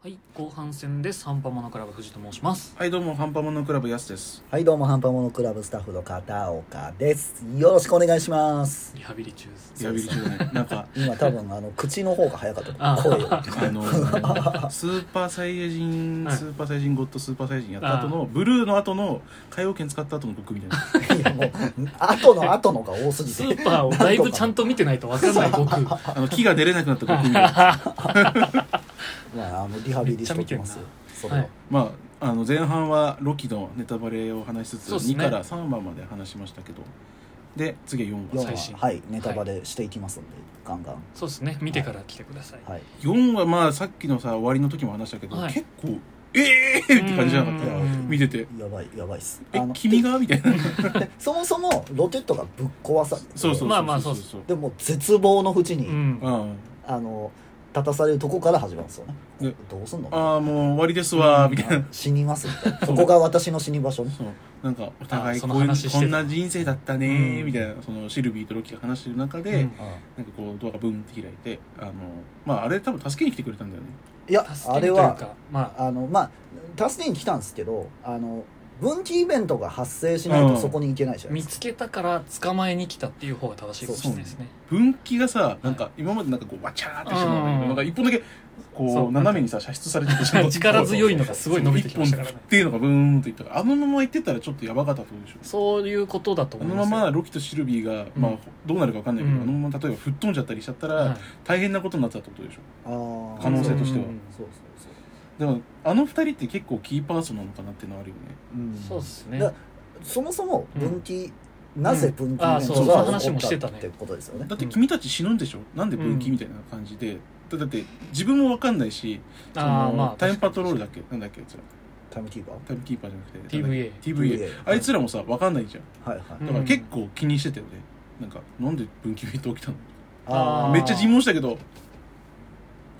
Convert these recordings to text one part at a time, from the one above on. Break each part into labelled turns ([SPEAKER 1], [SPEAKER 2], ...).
[SPEAKER 1] はい、後半戦です。ハンパモノクラブ藤と申します。
[SPEAKER 2] はいどうもハンパモノクラブやすです
[SPEAKER 3] はいどうもハンパモノクラブスタッフの片岡ですよろしくお願いします
[SPEAKER 1] リハビリ中です。
[SPEAKER 2] リハビリ中だね なんか
[SPEAKER 3] 今多分あの口の方が早かった
[SPEAKER 1] あ
[SPEAKER 3] と思う声を
[SPEAKER 2] あ のスーパーサイヤ人、
[SPEAKER 1] はい
[SPEAKER 2] スーパーサイヤ人ゴッドスーパーサイヤ人やった後のブルーの後の海王拳使った後の僕みた いな
[SPEAKER 3] いやもう後の後のが多すぎ
[SPEAKER 1] ス
[SPEAKER 3] て
[SPEAKER 1] ーパーをだいぶちゃんと見てないとわかんない僕。
[SPEAKER 2] あの木が出れなくなった 僕みたいな
[SPEAKER 3] まあ、あのリハビリしておきます
[SPEAKER 1] めっ
[SPEAKER 3] それ
[SPEAKER 1] は。
[SPEAKER 3] はい
[SPEAKER 2] まああの前半はロキのネタバレを話しつつ、
[SPEAKER 1] そうっすね
[SPEAKER 2] 2から3話まで話しましたけどで次は4
[SPEAKER 3] 4
[SPEAKER 2] 話
[SPEAKER 1] 最新
[SPEAKER 3] 話はいネタバレしていきますんで、ガンガン
[SPEAKER 1] そうですね。見てから来てください。
[SPEAKER 3] はい
[SPEAKER 2] 4話まあさっきのさ終わりの時も話したけど、
[SPEAKER 1] はい
[SPEAKER 2] 結構ええー、って感じじゃなかった
[SPEAKER 3] うん
[SPEAKER 2] 見てて
[SPEAKER 3] やばいやばいっす
[SPEAKER 2] え
[SPEAKER 3] あの
[SPEAKER 2] 君がみた いな
[SPEAKER 3] でそもそもロケットがぶっ壊されて
[SPEAKER 2] そうそうそうそう
[SPEAKER 1] まあまあそうっす
[SPEAKER 2] そう
[SPEAKER 3] でも絶望の淵に、
[SPEAKER 1] うん。
[SPEAKER 2] あ
[SPEAKER 3] あの立たされるとこから始まるんですよね
[SPEAKER 2] で
[SPEAKER 3] どうすんの
[SPEAKER 2] ああーもう終わりですわーみたいな
[SPEAKER 3] 死にますみたいなここが私の死に場所ね
[SPEAKER 2] そうなんかお互い
[SPEAKER 1] あそ
[SPEAKER 2] こ
[SPEAKER 1] の
[SPEAKER 2] ういう
[SPEAKER 1] 話してた
[SPEAKER 2] こんな人生だったねー
[SPEAKER 1] うん
[SPEAKER 2] みたいな、そのシルビーとロキが話してる中で、
[SPEAKER 1] うん
[SPEAKER 2] なんかこうドアがブンって開いてあのまああれ多分助けに来てくれたんだよね
[SPEAKER 3] いや
[SPEAKER 1] 助
[SPEAKER 3] あ
[SPEAKER 1] ける
[SPEAKER 3] れ
[SPEAKER 1] という
[SPEAKER 3] は
[SPEAKER 1] か、まあ、
[SPEAKER 3] あのまあ助けに来たんですけどあの分岐イベントが発生しないとそこに行けないじゃない
[SPEAKER 1] 見
[SPEAKER 3] です
[SPEAKER 1] つけたから捕まえに来たっていう方が正しいかもしれないですね。
[SPEAKER 2] 分岐がさなんか今までなんかこうわちゃーってしてたの
[SPEAKER 1] うん
[SPEAKER 2] になんか一本だけ
[SPEAKER 1] そ
[SPEAKER 2] こ
[SPEAKER 1] う
[SPEAKER 2] う斜めにさ射出されててしま う
[SPEAKER 1] 力強いのがすごい伸びてきましたからね
[SPEAKER 2] 一本。っていうのがブーンといったからあのまま行ってたらちょっとやばかったってことでしょ
[SPEAKER 1] そういうことだと
[SPEAKER 2] あ
[SPEAKER 1] 思い
[SPEAKER 2] の
[SPEAKER 1] ま
[SPEAKER 2] ます
[SPEAKER 1] よ。
[SPEAKER 2] まロキとシルビーが、ま
[SPEAKER 1] う
[SPEAKER 2] あ
[SPEAKER 1] ん、
[SPEAKER 2] どうなるかわかんないけど、
[SPEAKER 1] うん
[SPEAKER 2] あのまま例えば吹っ飛んじゃったりしちゃったら、
[SPEAKER 1] はい
[SPEAKER 2] 大変なことになってたってことでしょ
[SPEAKER 3] か、あー
[SPEAKER 2] 可能性としては
[SPEAKER 1] うん
[SPEAKER 3] そうそうそう
[SPEAKER 2] でもあの二人って結構キーパーソンなのかなっていうのはあるよね
[SPEAKER 3] うん
[SPEAKER 1] そうですね。
[SPEAKER 3] だそもそも分岐、
[SPEAKER 1] ん
[SPEAKER 3] なぜ
[SPEAKER 1] うん
[SPEAKER 3] 分岐イベントが
[SPEAKER 1] あー
[SPEAKER 3] 起
[SPEAKER 1] そう
[SPEAKER 3] こ
[SPEAKER 2] その
[SPEAKER 1] 話もして
[SPEAKER 3] ったた
[SPEAKER 1] ね
[SPEAKER 3] ってことですよね
[SPEAKER 2] だって君たち死ぬんでしょ、なんで分岐みたいな感じでだだって自分もわかんないしそ
[SPEAKER 1] ああ、
[SPEAKER 2] の
[SPEAKER 1] まあ、
[SPEAKER 2] タイムパトロールだっけなんだっけあいつら
[SPEAKER 3] タイムキーパー
[SPEAKER 2] タイムキーパーじゃなくて
[SPEAKER 1] TVA
[SPEAKER 2] なんだっけ TVA あいつらもさわかんないじゃん
[SPEAKER 3] はいはい、
[SPEAKER 1] うん
[SPEAKER 2] だから結構気にしてたよね、なんかなんで分岐弁当起きたの
[SPEAKER 1] あー
[SPEAKER 2] めっちゃ尋問したけど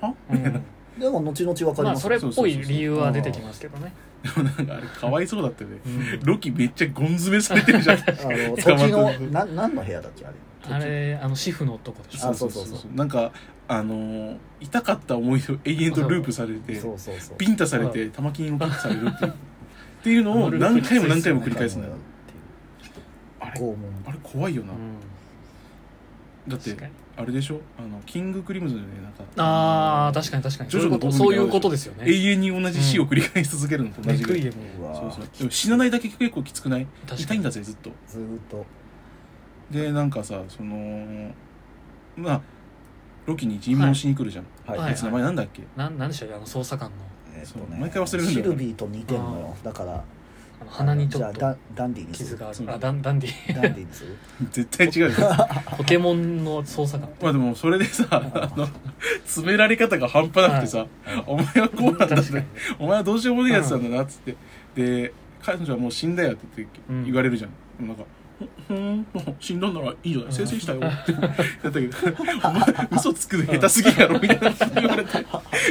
[SPEAKER 2] は
[SPEAKER 1] うん
[SPEAKER 3] でも後々わか
[SPEAKER 1] ま
[SPEAKER 3] りま
[SPEAKER 1] あ、
[SPEAKER 3] す
[SPEAKER 1] そ
[SPEAKER 3] よ、
[SPEAKER 1] れっぽい理由は出てきますけどね。
[SPEAKER 2] でもなんかあれかわいそうだったよね
[SPEAKER 1] うん
[SPEAKER 2] ロキめっちゃゴン詰めされてるじゃん
[SPEAKER 3] あの
[SPEAKER 2] 捕まっ
[SPEAKER 3] 時の
[SPEAKER 2] てる
[SPEAKER 3] な何の部屋だっけあれ
[SPEAKER 1] あれ、あの、主婦の男でしょ
[SPEAKER 3] あそうそうそう
[SPEAKER 2] なんかあのー痛かった思い出を永遠とループされて
[SPEAKER 3] そうそうそう
[SPEAKER 2] ビンタされて玉金をキックされるっていうっていうのを何回も何回も繰り返すんだよあれ
[SPEAKER 3] 拷問
[SPEAKER 2] あれ怖いよ
[SPEAKER 1] う
[SPEAKER 2] な、
[SPEAKER 1] ん
[SPEAKER 2] だっ
[SPEAKER 1] 確
[SPEAKER 2] て
[SPEAKER 1] かに
[SPEAKER 2] あれでしょあのキングクリムズのねなんか
[SPEAKER 1] ああ
[SPEAKER 2] の
[SPEAKER 1] 確かに確かに
[SPEAKER 2] ジ
[SPEAKER 1] そう
[SPEAKER 2] ョ
[SPEAKER 1] い
[SPEAKER 2] ジ
[SPEAKER 1] う
[SPEAKER 2] ョ
[SPEAKER 1] こ
[SPEAKER 2] の
[SPEAKER 1] と
[SPEAKER 2] ゴ
[SPEAKER 1] そ
[SPEAKER 2] ム
[SPEAKER 1] うい
[SPEAKER 2] の
[SPEAKER 1] うことですよね
[SPEAKER 2] 永遠に同じ死を繰り返し続けるのと同
[SPEAKER 1] レ
[SPEAKER 2] じぐ
[SPEAKER 1] ク
[SPEAKER 2] らい、
[SPEAKER 1] イエム
[SPEAKER 3] うわ
[SPEAKER 2] そうそうでも死なないだけ結構きつくない
[SPEAKER 1] 確かに
[SPEAKER 2] 痛いんだぜずっと
[SPEAKER 3] ずーっと
[SPEAKER 2] でなんかさそのまあロキに尋問しに来るじゃん、
[SPEAKER 3] はい
[SPEAKER 1] はい
[SPEAKER 2] あいつ名前なんだっけ、
[SPEAKER 1] なんなんでしたっけあの捜査官の
[SPEAKER 3] えっ
[SPEAKER 2] そ
[SPEAKER 3] と
[SPEAKER 2] う
[SPEAKER 3] ね
[SPEAKER 2] 毎回忘れるんだよね
[SPEAKER 3] シルビーと似てんのよだから
[SPEAKER 1] あの鼻にちょっ
[SPEAKER 3] じゃあ
[SPEAKER 1] と
[SPEAKER 3] ダダンディにす
[SPEAKER 1] 傷
[SPEAKER 3] る
[SPEAKER 1] がある
[SPEAKER 2] そう
[SPEAKER 1] あダンダンディ
[SPEAKER 3] ダンディにす る
[SPEAKER 2] 絶対違うよ
[SPEAKER 1] ポケモンの捜査官
[SPEAKER 2] まあでもそれでさあの詰められ方が半端なくてさ、お前はこうなんだ
[SPEAKER 1] 確
[SPEAKER 2] っ
[SPEAKER 1] かに
[SPEAKER 2] てお前はどうしようもねえやつなんだなっつって、で彼女はもう死んだよって言って
[SPEAKER 1] うん
[SPEAKER 2] 言われるじゃん、なんかほほーんもう死んだんならいいじゃない先生したよってだったけどお前嘘つくの下手すぎやろみたいな言われて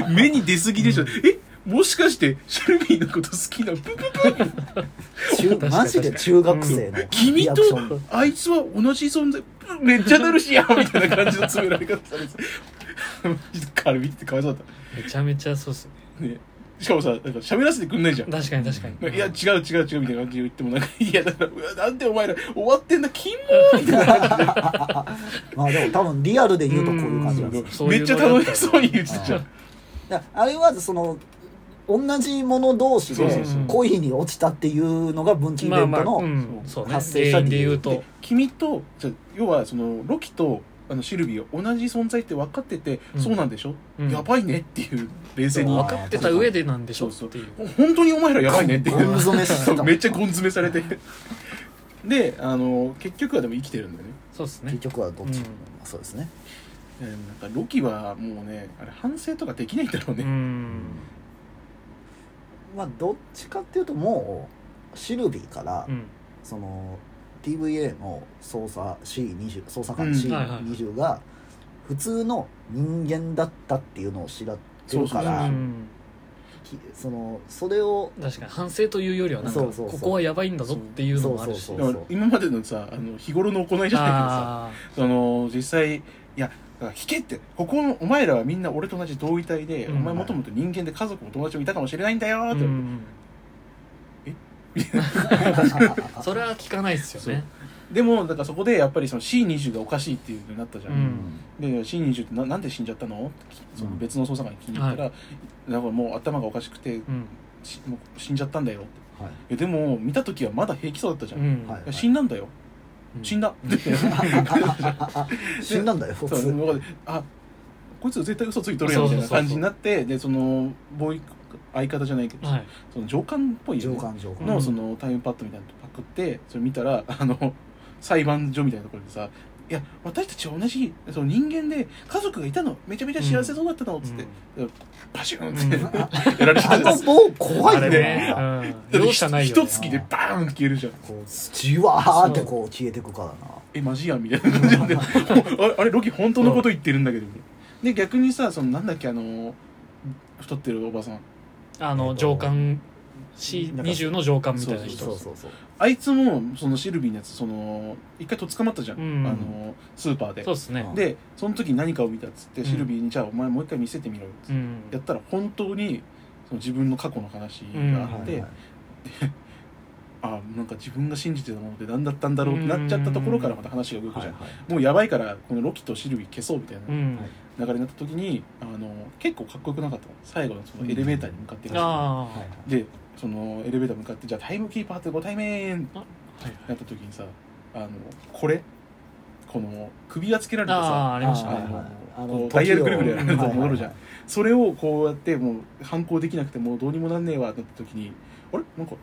[SPEAKER 2] 目に出すぎでしょ、えもしかしてシルビーのこと好きなのプププ
[SPEAKER 3] 中
[SPEAKER 1] 確かに
[SPEAKER 3] マジで中学生の
[SPEAKER 2] 君
[SPEAKER 3] リア
[SPEAKER 2] と
[SPEAKER 3] クションだ
[SPEAKER 2] あいつは同じ存在プめっちゃなるしやみたいな感じの詰められ方されてマジでカルビってかわいそうだっ
[SPEAKER 1] めちゃめちゃそうっすね
[SPEAKER 2] た、ね、 しかもさなんか喋らせてくんないじゃん
[SPEAKER 1] 確かに確かに
[SPEAKER 2] いや、違う違う違うみたいな感じで言っても、なんか、いや、だから、うわなんでお前ら終わってんだ、金もみたいな感
[SPEAKER 3] まあでも多分リアルで言うとこういう感
[SPEAKER 2] じ
[SPEAKER 3] じ
[SPEAKER 2] な
[SPEAKER 3] なん
[SPEAKER 2] ん
[SPEAKER 3] です
[SPEAKER 2] で
[SPEAKER 3] よ
[SPEAKER 2] すよめっちゃ楽しそうに言ってたじゃ
[SPEAKER 3] あ
[SPEAKER 2] ん。
[SPEAKER 3] だからあれはその同じもの同士
[SPEAKER 2] そうそ
[SPEAKER 3] で
[SPEAKER 2] うそう
[SPEAKER 3] 恋に落ちたっていうのが分岐イ
[SPEAKER 1] ま
[SPEAKER 3] ベ
[SPEAKER 1] あ
[SPEAKER 3] ン
[SPEAKER 1] まあ
[SPEAKER 3] ト
[SPEAKER 1] う
[SPEAKER 3] の
[SPEAKER 1] んそうね
[SPEAKER 3] 発生した
[SPEAKER 1] 原因
[SPEAKER 3] 理
[SPEAKER 1] で
[SPEAKER 3] 由
[SPEAKER 1] 言う
[SPEAKER 2] で
[SPEAKER 1] と
[SPEAKER 2] 君と、じゃあ要は、その、ロキと、あの、シルビーは同じ存在って分かってて、
[SPEAKER 1] うん
[SPEAKER 2] そうなんでしょ、
[SPEAKER 1] うん
[SPEAKER 2] やばいねっていう、冷静に。
[SPEAKER 3] そう
[SPEAKER 1] 分かってた上でなんでしょっていう
[SPEAKER 2] 本当にお前らやばいねってい
[SPEAKER 3] ゴン
[SPEAKER 2] う。
[SPEAKER 3] 詰めし
[SPEAKER 2] そ
[SPEAKER 3] た
[SPEAKER 2] う
[SPEAKER 3] も ん
[SPEAKER 2] めっちゃゴン詰めされて。で、あの、結局はでも生きてるんだよね。
[SPEAKER 1] そうっすね
[SPEAKER 3] 結局はどっちも
[SPEAKER 1] う
[SPEAKER 3] そうですね
[SPEAKER 2] えーなんか、ロキはもうね、あれ、反省とかできないんだろう
[SPEAKER 1] う
[SPEAKER 2] ね。
[SPEAKER 1] ん
[SPEAKER 3] まあどっちかっていうともうシルビーから
[SPEAKER 1] うん
[SPEAKER 3] その TVA の捜査 C20 捜査官 C20
[SPEAKER 1] うん
[SPEAKER 3] が、
[SPEAKER 1] はいはい
[SPEAKER 3] 普通の人間だったっていうのを知らってるか
[SPEAKER 2] あ
[SPEAKER 3] ら
[SPEAKER 1] う
[SPEAKER 2] そ
[SPEAKER 1] ん
[SPEAKER 3] きそのそれを
[SPEAKER 1] 確かに反省というよりはなんか
[SPEAKER 3] そうそうそう
[SPEAKER 1] ここはやばいんだぞっていうのもあるし
[SPEAKER 3] そうそう
[SPEAKER 2] だから今までのさ、あの、日頃の行いじゃないけどさ、
[SPEAKER 1] ああ
[SPEAKER 2] その実際いやだから聞けってここのお前らはみんな俺と同じ同位体で、
[SPEAKER 1] うん
[SPEAKER 2] お前もともと人間で家族も友達もいたかもしれないんだよ
[SPEAKER 1] う
[SPEAKER 2] って、
[SPEAKER 1] ん
[SPEAKER 3] あ
[SPEAKER 1] それは聞かないですよね
[SPEAKER 2] でもだからそこでやっぱりその C20 がおかしいっていうのになったじゃん、
[SPEAKER 1] うん
[SPEAKER 2] で C20 ってななんで死んじゃったのって聞その別の捜査官に聞いたら、だからもう頭がおかしくて
[SPEAKER 1] うん
[SPEAKER 2] しもう死んじゃったんだよって
[SPEAKER 3] はい
[SPEAKER 2] いやでも見た時はまだ平気そうだったじゃん、
[SPEAKER 1] う
[SPEAKER 2] い
[SPEAKER 1] ん
[SPEAKER 3] はい
[SPEAKER 2] や死んだんだよ、死 んだって
[SPEAKER 3] 死んだんだよ普
[SPEAKER 2] そう
[SPEAKER 3] 通
[SPEAKER 2] 向こうであこいつ絶対嘘ついとるやんみたいな感じになってでそのボーイ相方じゃないけど、
[SPEAKER 1] はい
[SPEAKER 2] その上官っぽいよ
[SPEAKER 3] 上
[SPEAKER 2] ね
[SPEAKER 3] 官上官
[SPEAKER 1] う
[SPEAKER 2] の
[SPEAKER 1] ん
[SPEAKER 2] そのタイムパッドみたいなのパクってそれ見たらあの裁判所みたいなところでさ「いや私たちは同じその人間で家族がいたのめちゃめちゃ幸せそうだったの」っつって、バシューンって、
[SPEAKER 1] うん
[SPEAKER 2] やられて
[SPEAKER 3] あ
[SPEAKER 2] た
[SPEAKER 3] の棒怖
[SPEAKER 1] あ
[SPEAKER 3] い
[SPEAKER 1] れね
[SPEAKER 3] ね
[SPEAKER 1] うん容赦ないよ
[SPEAKER 2] 一
[SPEAKER 1] ね
[SPEAKER 2] 月でバーンって消えるじゃん
[SPEAKER 3] こうじわーってこう消えてくからな
[SPEAKER 2] えマジやんみたいな感じなんでもうあれあれロキ本当のこと言ってるんだけどで逆にさそのなんだっけあの太ってるおばさん
[SPEAKER 1] あの上官 C20 の上官みたいな
[SPEAKER 2] そう
[SPEAKER 1] 人
[SPEAKER 3] そうそうそう
[SPEAKER 2] あいつもそのシルビーのやつその一回とっ捕まったじゃん、
[SPEAKER 1] うん
[SPEAKER 2] あのスーパーで
[SPEAKER 1] そうですね
[SPEAKER 2] でその時何かを見たっつって、シルビーに「じゃあお前もう一回見せてみろよ」っつって、
[SPEAKER 1] うん
[SPEAKER 2] やったら本当にその自分の過去の話があって、
[SPEAKER 3] はいはい
[SPEAKER 2] あなんか自分が信じてたものって何だったんだろうってなっちゃったところからまた話が動くじゃん、
[SPEAKER 3] はい
[SPEAKER 2] もうやばいからこのロキとシルビー消そうみたいな
[SPEAKER 1] うん
[SPEAKER 2] 流れになった時にあの結構かっこよくなかったの最後のそのエレベーターに向かっていく
[SPEAKER 1] あ
[SPEAKER 3] はいはい
[SPEAKER 2] でそのエレベーターに向かってじゃあタイムキーパーってご対面って
[SPEAKER 1] あはい
[SPEAKER 2] なった時にさあのこれこの首がつけられて
[SPEAKER 1] あ
[SPEAKER 2] さ
[SPEAKER 1] あありました
[SPEAKER 2] あ
[SPEAKER 1] ね
[SPEAKER 2] の
[SPEAKER 3] あ
[SPEAKER 2] こ
[SPEAKER 3] の
[SPEAKER 2] うダイヤルぐるぐるやられると
[SPEAKER 3] はいはい
[SPEAKER 2] 戻るじゃんそれをこうやってもう反抗できなくてもうどうにもなんねえわってなった時にあれなんか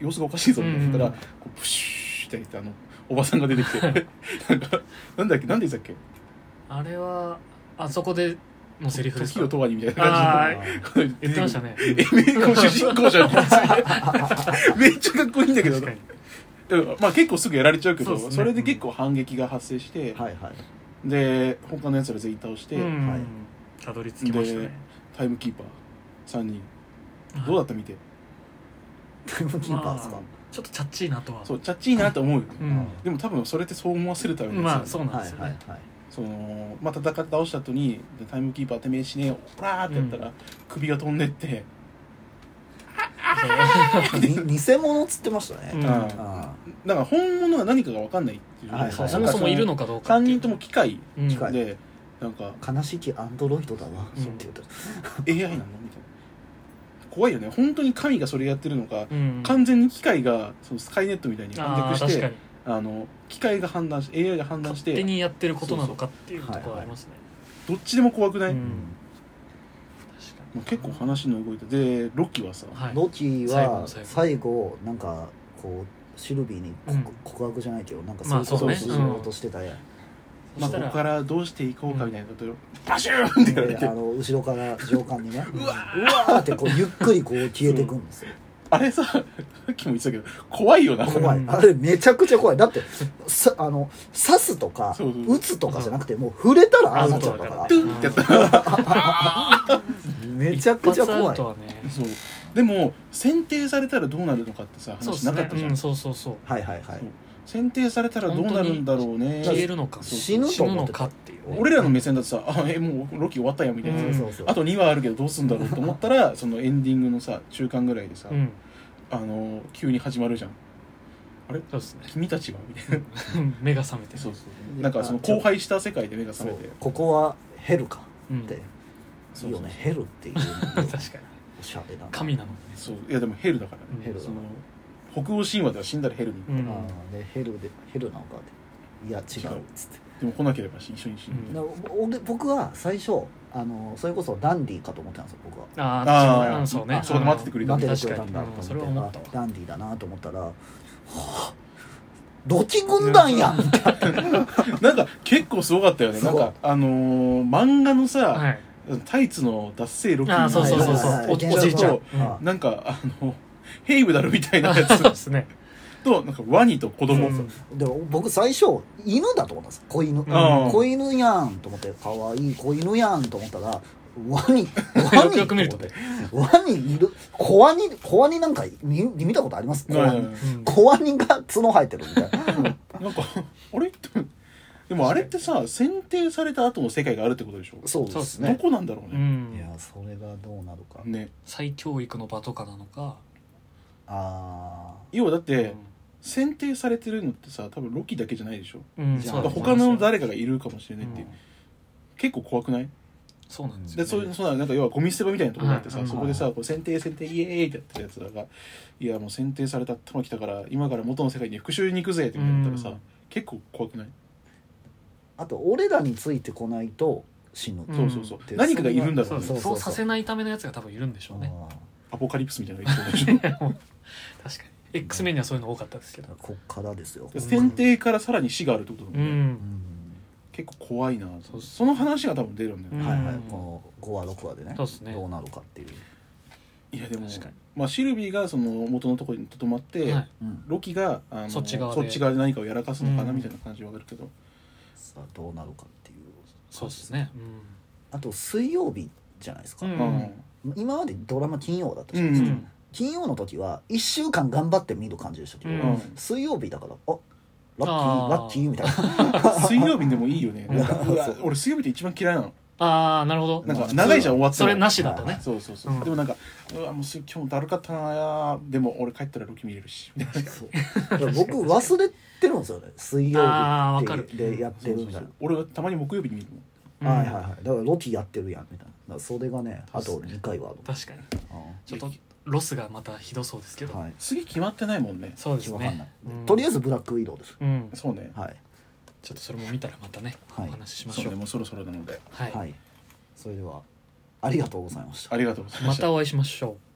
[SPEAKER 2] 様子がおかしいぞみたいになった
[SPEAKER 1] う
[SPEAKER 2] ら、
[SPEAKER 1] ん
[SPEAKER 2] こうプシューって言ってあのおばさんが出 てきてなんかなんだっけなんで言ってたっ
[SPEAKER 1] あれはあそこでのセリフ
[SPEAKER 2] け
[SPEAKER 1] です
[SPEAKER 2] 時
[SPEAKER 1] か
[SPEAKER 2] を問わにみたいな
[SPEAKER 1] あー
[SPEAKER 2] 感じで
[SPEAKER 1] 言ってましたね
[SPEAKER 2] えめ主人公じゃんめっちゃかっこいいんだけど
[SPEAKER 1] 確かに
[SPEAKER 2] まあ結構すぐやられちゃうけど
[SPEAKER 1] そう
[SPEAKER 2] そ
[SPEAKER 1] っすね
[SPEAKER 2] れで結構反撃が発生して、
[SPEAKER 3] はい はい
[SPEAKER 2] で他のやつら全員倒して、
[SPEAKER 1] うん
[SPEAKER 3] はい
[SPEAKER 1] たどり着きましたね
[SPEAKER 2] タイムキーパー3人どうだった見て
[SPEAKER 3] タイムキーパーですか
[SPEAKER 1] まちょっとチャッチーなとは
[SPEAKER 2] そうチャッチーなって思うよね
[SPEAKER 1] うん
[SPEAKER 2] でも多分それってそう思わせるために
[SPEAKER 1] まあそ
[SPEAKER 2] そ
[SPEAKER 1] うなん
[SPEAKER 3] は
[SPEAKER 1] で
[SPEAKER 3] い
[SPEAKER 1] すよ
[SPEAKER 3] はい
[SPEAKER 1] ね
[SPEAKER 3] はい
[SPEAKER 2] の、まあ、戦って倒した後にでタイムキーパーてめえしねえよプラーってやったら、
[SPEAKER 1] う
[SPEAKER 2] 首が飛んでって、
[SPEAKER 3] に 偽物っつってました
[SPEAKER 1] う
[SPEAKER 3] ね
[SPEAKER 1] ん
[SPEAKER 2] あー
[SPEAKER 3] あ
[SPEAKER 2] だから本物が何かが分かんないっていう、
[SPEAKER 3] はいはい
[SPEAKER 1] そうそもそもいるのかどうか
[SPEAKER 2] 3
[SPEAKER 1] っていう
[SPEAKER 2] 人とも機械
[SPEAKER 1] うん
[SPEAKER 3] 機械
[SPEAKER 2] で、なんか
[SPEAKER 3] ー悲しきアンドロイドだわっ
[SPEAKER 1] うん
[SPEAKER 3] て言った
[SPEAKER 2] AI なのみたいな怖いよね本当に神がそれやってるのか、
[SPEAKER 1] うん
[SPEAKER 2] 完全に機械がそのスカイネットみたいに
[SPEAKER 1] あ
[SPEAKER 2] 反
[SPEAKER 1] あ
[SPEAKER 2] 逆
[SPEAKER 1] 確
[SPEAKER 2] し
[SPEAKER 1] か
[SPEAKER 2] て
[SPEAKER 1] に
[SPEAKER 2] あの機械が判断して AI が判断し
[SPEAKER 1] 勝手
[SPEAKER 2] て
[SPEAKER 1] にやってることなのかっていうところはありますね
[SPEAKER 2] どっちでも怖くない、
[SPEAKER 1] う
[SPEAKER 2] も
[SPEAKER 1] ん
[SPEAKER 2] う結構話の動いてでロッキーはさ、
[SPEAKER 1] はい
[SPEAKER 3] ロキ
[SPEAKER 1] 最後の
[SPEAKER 3] は
[SPEAKER 1] 最後
[SPEAKER 3] 最後なんかこうシルビーに告
[SPEAKER 1] うん
[SPEAKER 3] 告白じゃないけどなんか
[SPEAKER 1] まあ
[SPEAKER 3] そういうことを
[SPEAKER 2] そ
[SPEAKER 3] し
[SPEAKER 2] うね
[SPEAKER 3] ようとしてたやん
[SPEAKER 2] まあ、
[SPEAKER 1] そ
[SPEAKER 2] こ
[SPEAKER 1] したら
[SPEAKER 2] こからどうしていこうかみたいなことをバシューンってやられ
[SPEAKER 3] で
[SPEAKER 2] て
[SPEAKER 3] あの後ろから上官にねうわーってこうゆっくりこう消えてくんですよ
[SPEAKER 2] あれささっきも言ってたけど怖いよなこれ
[SPEAKER 3] 怖いあれめちゃくちゃ怖いだってさあの刺すとか
[SPEAKER 2] そうそう
[SPEAKER 3] 撃つとかじゃなくてもう触れたらああなっちゃった
[SPEAKER 1] ア
[SPEAKER 3] か
[SPEAKER 1] ウ
[SPEAKER 2] ト
[SPEAKER 1] ト
[SPEAKER 2] ゥ
[SPEAKER 1] だ
[SPEAKER 2] ンってやったら
[SPEAKER 3] ら めちゃくち
[SPEAKER 1] 一発
[SPEAKER 3] ゃ
[SPEAKER 1] ア
[SPEAKER 3] 怖
[SPEAKER 1] ウ
[SPEAKER 3] い
[SPEAKER 1] ト
[SPEAKER 3] は
[SPEAKER 1] はね
[SPEAKER 2] そうでも選定されたらどうなるのかってさ
[SPEAKER 1] そうで
[SPEAKER 2] 話
[SPEAKER 1] す
[SPEAKER 2] なか
[SPEAKER 1] ね
[SPEAKER 2] ったじゃん、
[SPEAKER 1] うんそうそうそう
[SPEAKER 3] いはいはい
[SPEAKER 2] 選定されたらどうなるんだろうね
[SPEAKER 1] 消えるのか
[SPEAKER 2] そう
[SPEAKER 3] 死ぬと思っ
[SPEAKER 1] の
[SPEAKER 3] て
[SPEAKER 1] か
[SPEAKER 3] た
[SPEAKER 1] っていうね
[SPEAKER 2] 俺らの目線だとさ「あえもうロキ終わったやみたいな、
[SPEAKER 1] うん
[SPEAKER 3] そうそうそう
[SPEAKER 2] あと2話あるけどどうすんだろうと思っ たらそのエンディングのさ中間ぐらいでさ、
[SPEAKER 1] うん
[SPEAKER 2] あの急に始まるじゃん
[SPEAKER 1] そうですね
[SPEAKER 2] 君たちはみたいな
[SPEAKER 1] 目が覚めて
[SPEAKER 2] そうそう なんかその荒廃した世界で目が
[SPEAKER 3] そ
[SPEAKER 2] 覚
[SPEAKER 3] う
[SPEAKER 2] めて
[SPEAKER 3] ここはヘルか
[SPEAKER 1] うん
[SPEAKER 3] って
[SPEAKER 2] そ
[SPEAKER 3] いうい
[SPEAKER 2] そ
[SPEAKER 3] よ
[SPEAKER 2] う
[SPEAKER 3] ねヘルっていうのも
[SPEAKER 1] 確かに
[SPEAKER 3] おしゃれだな
[SPEAKER 1] 神なのね
[SPEAKER 2] そういやでもヘルだからね、
[SPEAKER 3] ヘルだ
[SPEAKER 2] その北欧神話では死んだらヘルに行
[SPEAKER 1] う
[SPEAKER 2] く、
[SPEAKER 3] あ
[SPEAKER 1] ん
[SPEAKER 3] ーでヘルでヘルなのかっていや違うっつって
[SPEAKER 2] でも来なければ一緒に死ぬ、
[SPEAKER 1] うん
[SPEAKER 3] な俺僕は最初あのそれこそダンディかと思ってたんですよ僕は
[SPEAKER 1] あ
[SPEAKER 2] あー
[SPEAKER 1] あ、うんそうね。
[SPEAKER 2] あそこで待っててくれた
[SPEAKER 3] なん
[SPEAKER 2] だ
[SPEAKER 3] で
[SPEAKER 1] 確
[SPEAKER 3] 出
[SPEAKER 1] か
[SPEAKER 3] たん
[SPEAKER 1] に
[SPEAKER 3] だと
[SPEAKER 1] うんそれは思
[SPEAKER 3] 思
[SPEAKER 1] っ
[SPEAKER 3] って
[SPEAKER 1] たわ。
[SPEAKER 3] ダンディだなと思ったらはあロキ軍団やんみたいな
[SPEAKER 2] なんか結構すごかったよね
[SPEAKER 3] すご
[SPEAKER 2] ないんかあのー漫画のさ、
[SPEAKER 1] はい。
[SPEAKER 2] タイツの脱製ロキの
[SPEAKER 1] あそうそうそうそう
[SPEAKER 3] はいはいはい
[SPEAKER 1] おおじいちゃん
[SPEAKER 2] そう
[SPEAKER 3] は
[SPEAKER 2] なんかあのヘイブダルみたいなや
[SPEAKER 1] そうで
[SPEAKER 2] つ
[SPEAKER 1] すね。
[SPEAKER 2] となんかワニと子供、
[SPEAKER 1] うん
[SPEAKER 3] いでも僕最初犬だと思ったんです子犬
[SPEAKER 2] あー
[SPEAKER 3] 子犬やんと思って可愛い子犬やんと思ったらワニ
[SPEAKER 1] よ
[SPEAKER 3] ワニ
[SPEAKER 1] くよく見るとね
[SPEAKER 3] ワニいる子ワニ子ワニなんか見見たことあります子ワ
[SPEAKER 2] う
[SPEAKER 3] ニ
[SPEAKER 2] ん
[SPEAKER 1] うん
[SPEAKER 3] 子ワニが角生えてるみたいな
[SPEAKER 2] なんか、あれって でもあれってさ選定された後の世界があるってことでしょ
[SPEAKER 3] そうですね
[SPEAKER 2] どこなんだろう
[SPEAKER 1] う
[SPEAKER 2] ね、
[SPEAKER 3] いや
[SPEAKER 1] ん
[SPEAKER 3] それがどうなるか、
[SPEAKER 2] ね
[SPEAKER 1] 再教育の場とかなのか
[SPEAKER 3] あ
[SPEAKER 2] 要はだっ
[SPEAKER 1] う
[SPEAKER 2] て、
[SPEAKER 1] ん
[SPEAKER 2] 選定されてるのってさ多分ロキだけじゃないでしょ
[SPEAKER 1] うん
[SPEAKER 3] じゃあ
[SPEAKER 1] そうだと思い
[SPEAKER 2] 他
[SPEAKER 1] ますよ
[SPEAKER 2] の誰かがいるかもしれないっていう、
[SPEAKER 1] うん
[SPEAKER 2] 結構怖くない
[SPEAKER 1] そうなんですよ
[SPEAKER 2] で
[SPEAKER 1] ね
[SPEAKER 2] そういうそうなのなんか要はゴミ捨て場みたいなところがあってさ、
[SPEAKER 1] はい
[SPEAKER 2] そこでさこう選定選定イエーイってやってるやつらが「いやもう選定された頭きたから今から元の世界に復讐に行くぜ」って言ったらさ、
[SPEAKER 1] うん
[SPEAKER 2] 結構怖くない、
[SPEAKER 3] あと俺らについてこないと死ぬ、
[SPEAKER 1] うん
[SPEAKER 2] そうそうそう
[SPEAKER 3] で
[SPEAKER 2] 何かがいるんだ
[SPEAKER 1] そ
[SPEAKER 2] ろ
[SPEAKER 1] う
[SPEAKER 2] う
[SPEAKER 1] で
[SPEAKER 2] ね
[SPEAKER 1] す
[SPEAKER 3] そ
[SPEAKER 1] そ
[SPEAKER 3] うそうそう
[SPEAKER 1] うさせないためのやつが多分いるんでしょうね
[SPEAKER 2] アポカリプスみたいなのが いそうでしょ
[SPEAKER 1] 確かに X メンにはそういうの多かったですけど
[SPEAKER 3] うんこっからですよ、
[SPEAKER 2] で選定からさらに死があるってことだも
[SPEAKER 1] うん
[SPEAKER 2] ね、
[SPEAKER 1] ん
[SPEAKER 2] 結構怖いな
[SPEAKER 1] そう
[SPEAKER 2] その話が多分出るんだよ
[SPEAKER 3] う
[SPEAKER 2] ね
[SPEAKER 3] ん、、はいは
[SPEAKER 1] う
[SPEAKER 3] い
[SPEAKER 1] ん
[SPEAKER 3] この5話6話でね
[SPEAKER 1] そうですね
[SPEAKER 3] どうなるかっていう、
[SPEAKER 2] いやでも
[SPEAKER 1] 確かに
[SPEAKER 2] まあ、シルビーがその元のところにとどまって、
[SPEAKER 1] はい
[SPEAKER 3] うん、
[SPEAKER 2] ロキがあの
[SPEAKER 1] そっち側で
[SPEAKER 2] で何かをやらかすのかな
[SPEAKER 1] うん
[SPEAKER 2] みたいな感じはわかるけど、
[SPEAKER 3] さあどうなるかっていう
[SPEAKER 1] そうですねうん
[SPEAKER 3] あと水曜日じゃないですか、
[SPEAKER 1] うん
[SPEAKER 3] 今までドラマ金曜だったじゃ
[SPEAKER 2] う
[SPEAKER 3] ない
[SPEAKER 2] ん
[SPEAKER 3] ですか、金曜の時は1週間頑張って見る感じでしたけど、
[SPEAKER 1] うん
[SPEAKER 3] 水曜日だからあラッ
[SPEAKER 1] あ
[SPEAKER 3] キー
[SPEAKER 1] ー
[SPEAKER 3] ラッキーみたい な
[SPEAKER 2] 水曜日でもいいよねなんか
[SPEAKER 3] うん
[SPEAKER 2] うわ俺水曜日って一番嫌いなの
[SPEAKER 1] ああなるほど
[SPEAKER 2] なんか長いじゃん終わった
[SPEAKER 1] それなしだとね
[SPEAKER 2] そうそうそう、
[SPEAKER 1] うん
[SPEAKER 2] でもなんかうわもうす今日もだるかったなでも俺帰ったらロキ見れるしみたいな
[SPEAKER 3] そうだから僕忘れてるんですよね水
[SPEAKER 1] あー
[SPEAKER 3] 曜
[SPEAKER 1] わ
[SPEAKER 3] 日
[SPEAKER 1] か
[SPEAKER 3] っ
[SPEAKER 1] る
[SPEAKER 3] てでやってるみた
[SPEAKER 2] そ
[SPEAKER 3] い
[SPEAKER 2] そう
[SPEAKER 3] うな
[SPEAKER 2] そう俺はたまに木曜日に見るの
[SPEAKER 1] うん
[SPEAKER 3] はいはいはいだからロキやってるやんみたいなだからそれがねあと2回はある
[SPEAKER 1] 確かに
[SPEAKER 3] あ
[SPEAKER 1] ちょっとロスがまたひどそうですけ
[SPEAKER 3] ー
[SPEAKER 1] ど
[SPEAKER 3] はい
[SPEAKER 2] 次決まってないもんね
[SPEAKER 1] そうです
[SPEAKER 3] わかんな
[SPEAKER 1] ね
[SPEAKER 3] いとりあえ
[SPEAKER 1] ず
[SPEAKER 3] ずブラックウィドウです
[SPEAKER 1] うん
[SPEAKER 2] そうね
[SPEAKER 3] はい
[SPEAKER 1] ちょっとそれも見たらまたねお
[SPEAKER 3] はい
[SPEAKER 1] 話ししま
[SPEAKER 2] そう
[SPEAKER 1] しょ
[SPEAKER 2] ね
[SPEAKER 1] う
[SPEAKER 2] もうそろそろなので
[SPEAKER 1] は
[SPEAKER 3] はいいそれではありがとうございました
[SPEAKER 2] ありがとうございま
[SPEAKER 1] ま
[SPEAKER 2] した
[SPEAKER 1] たお会いしましょう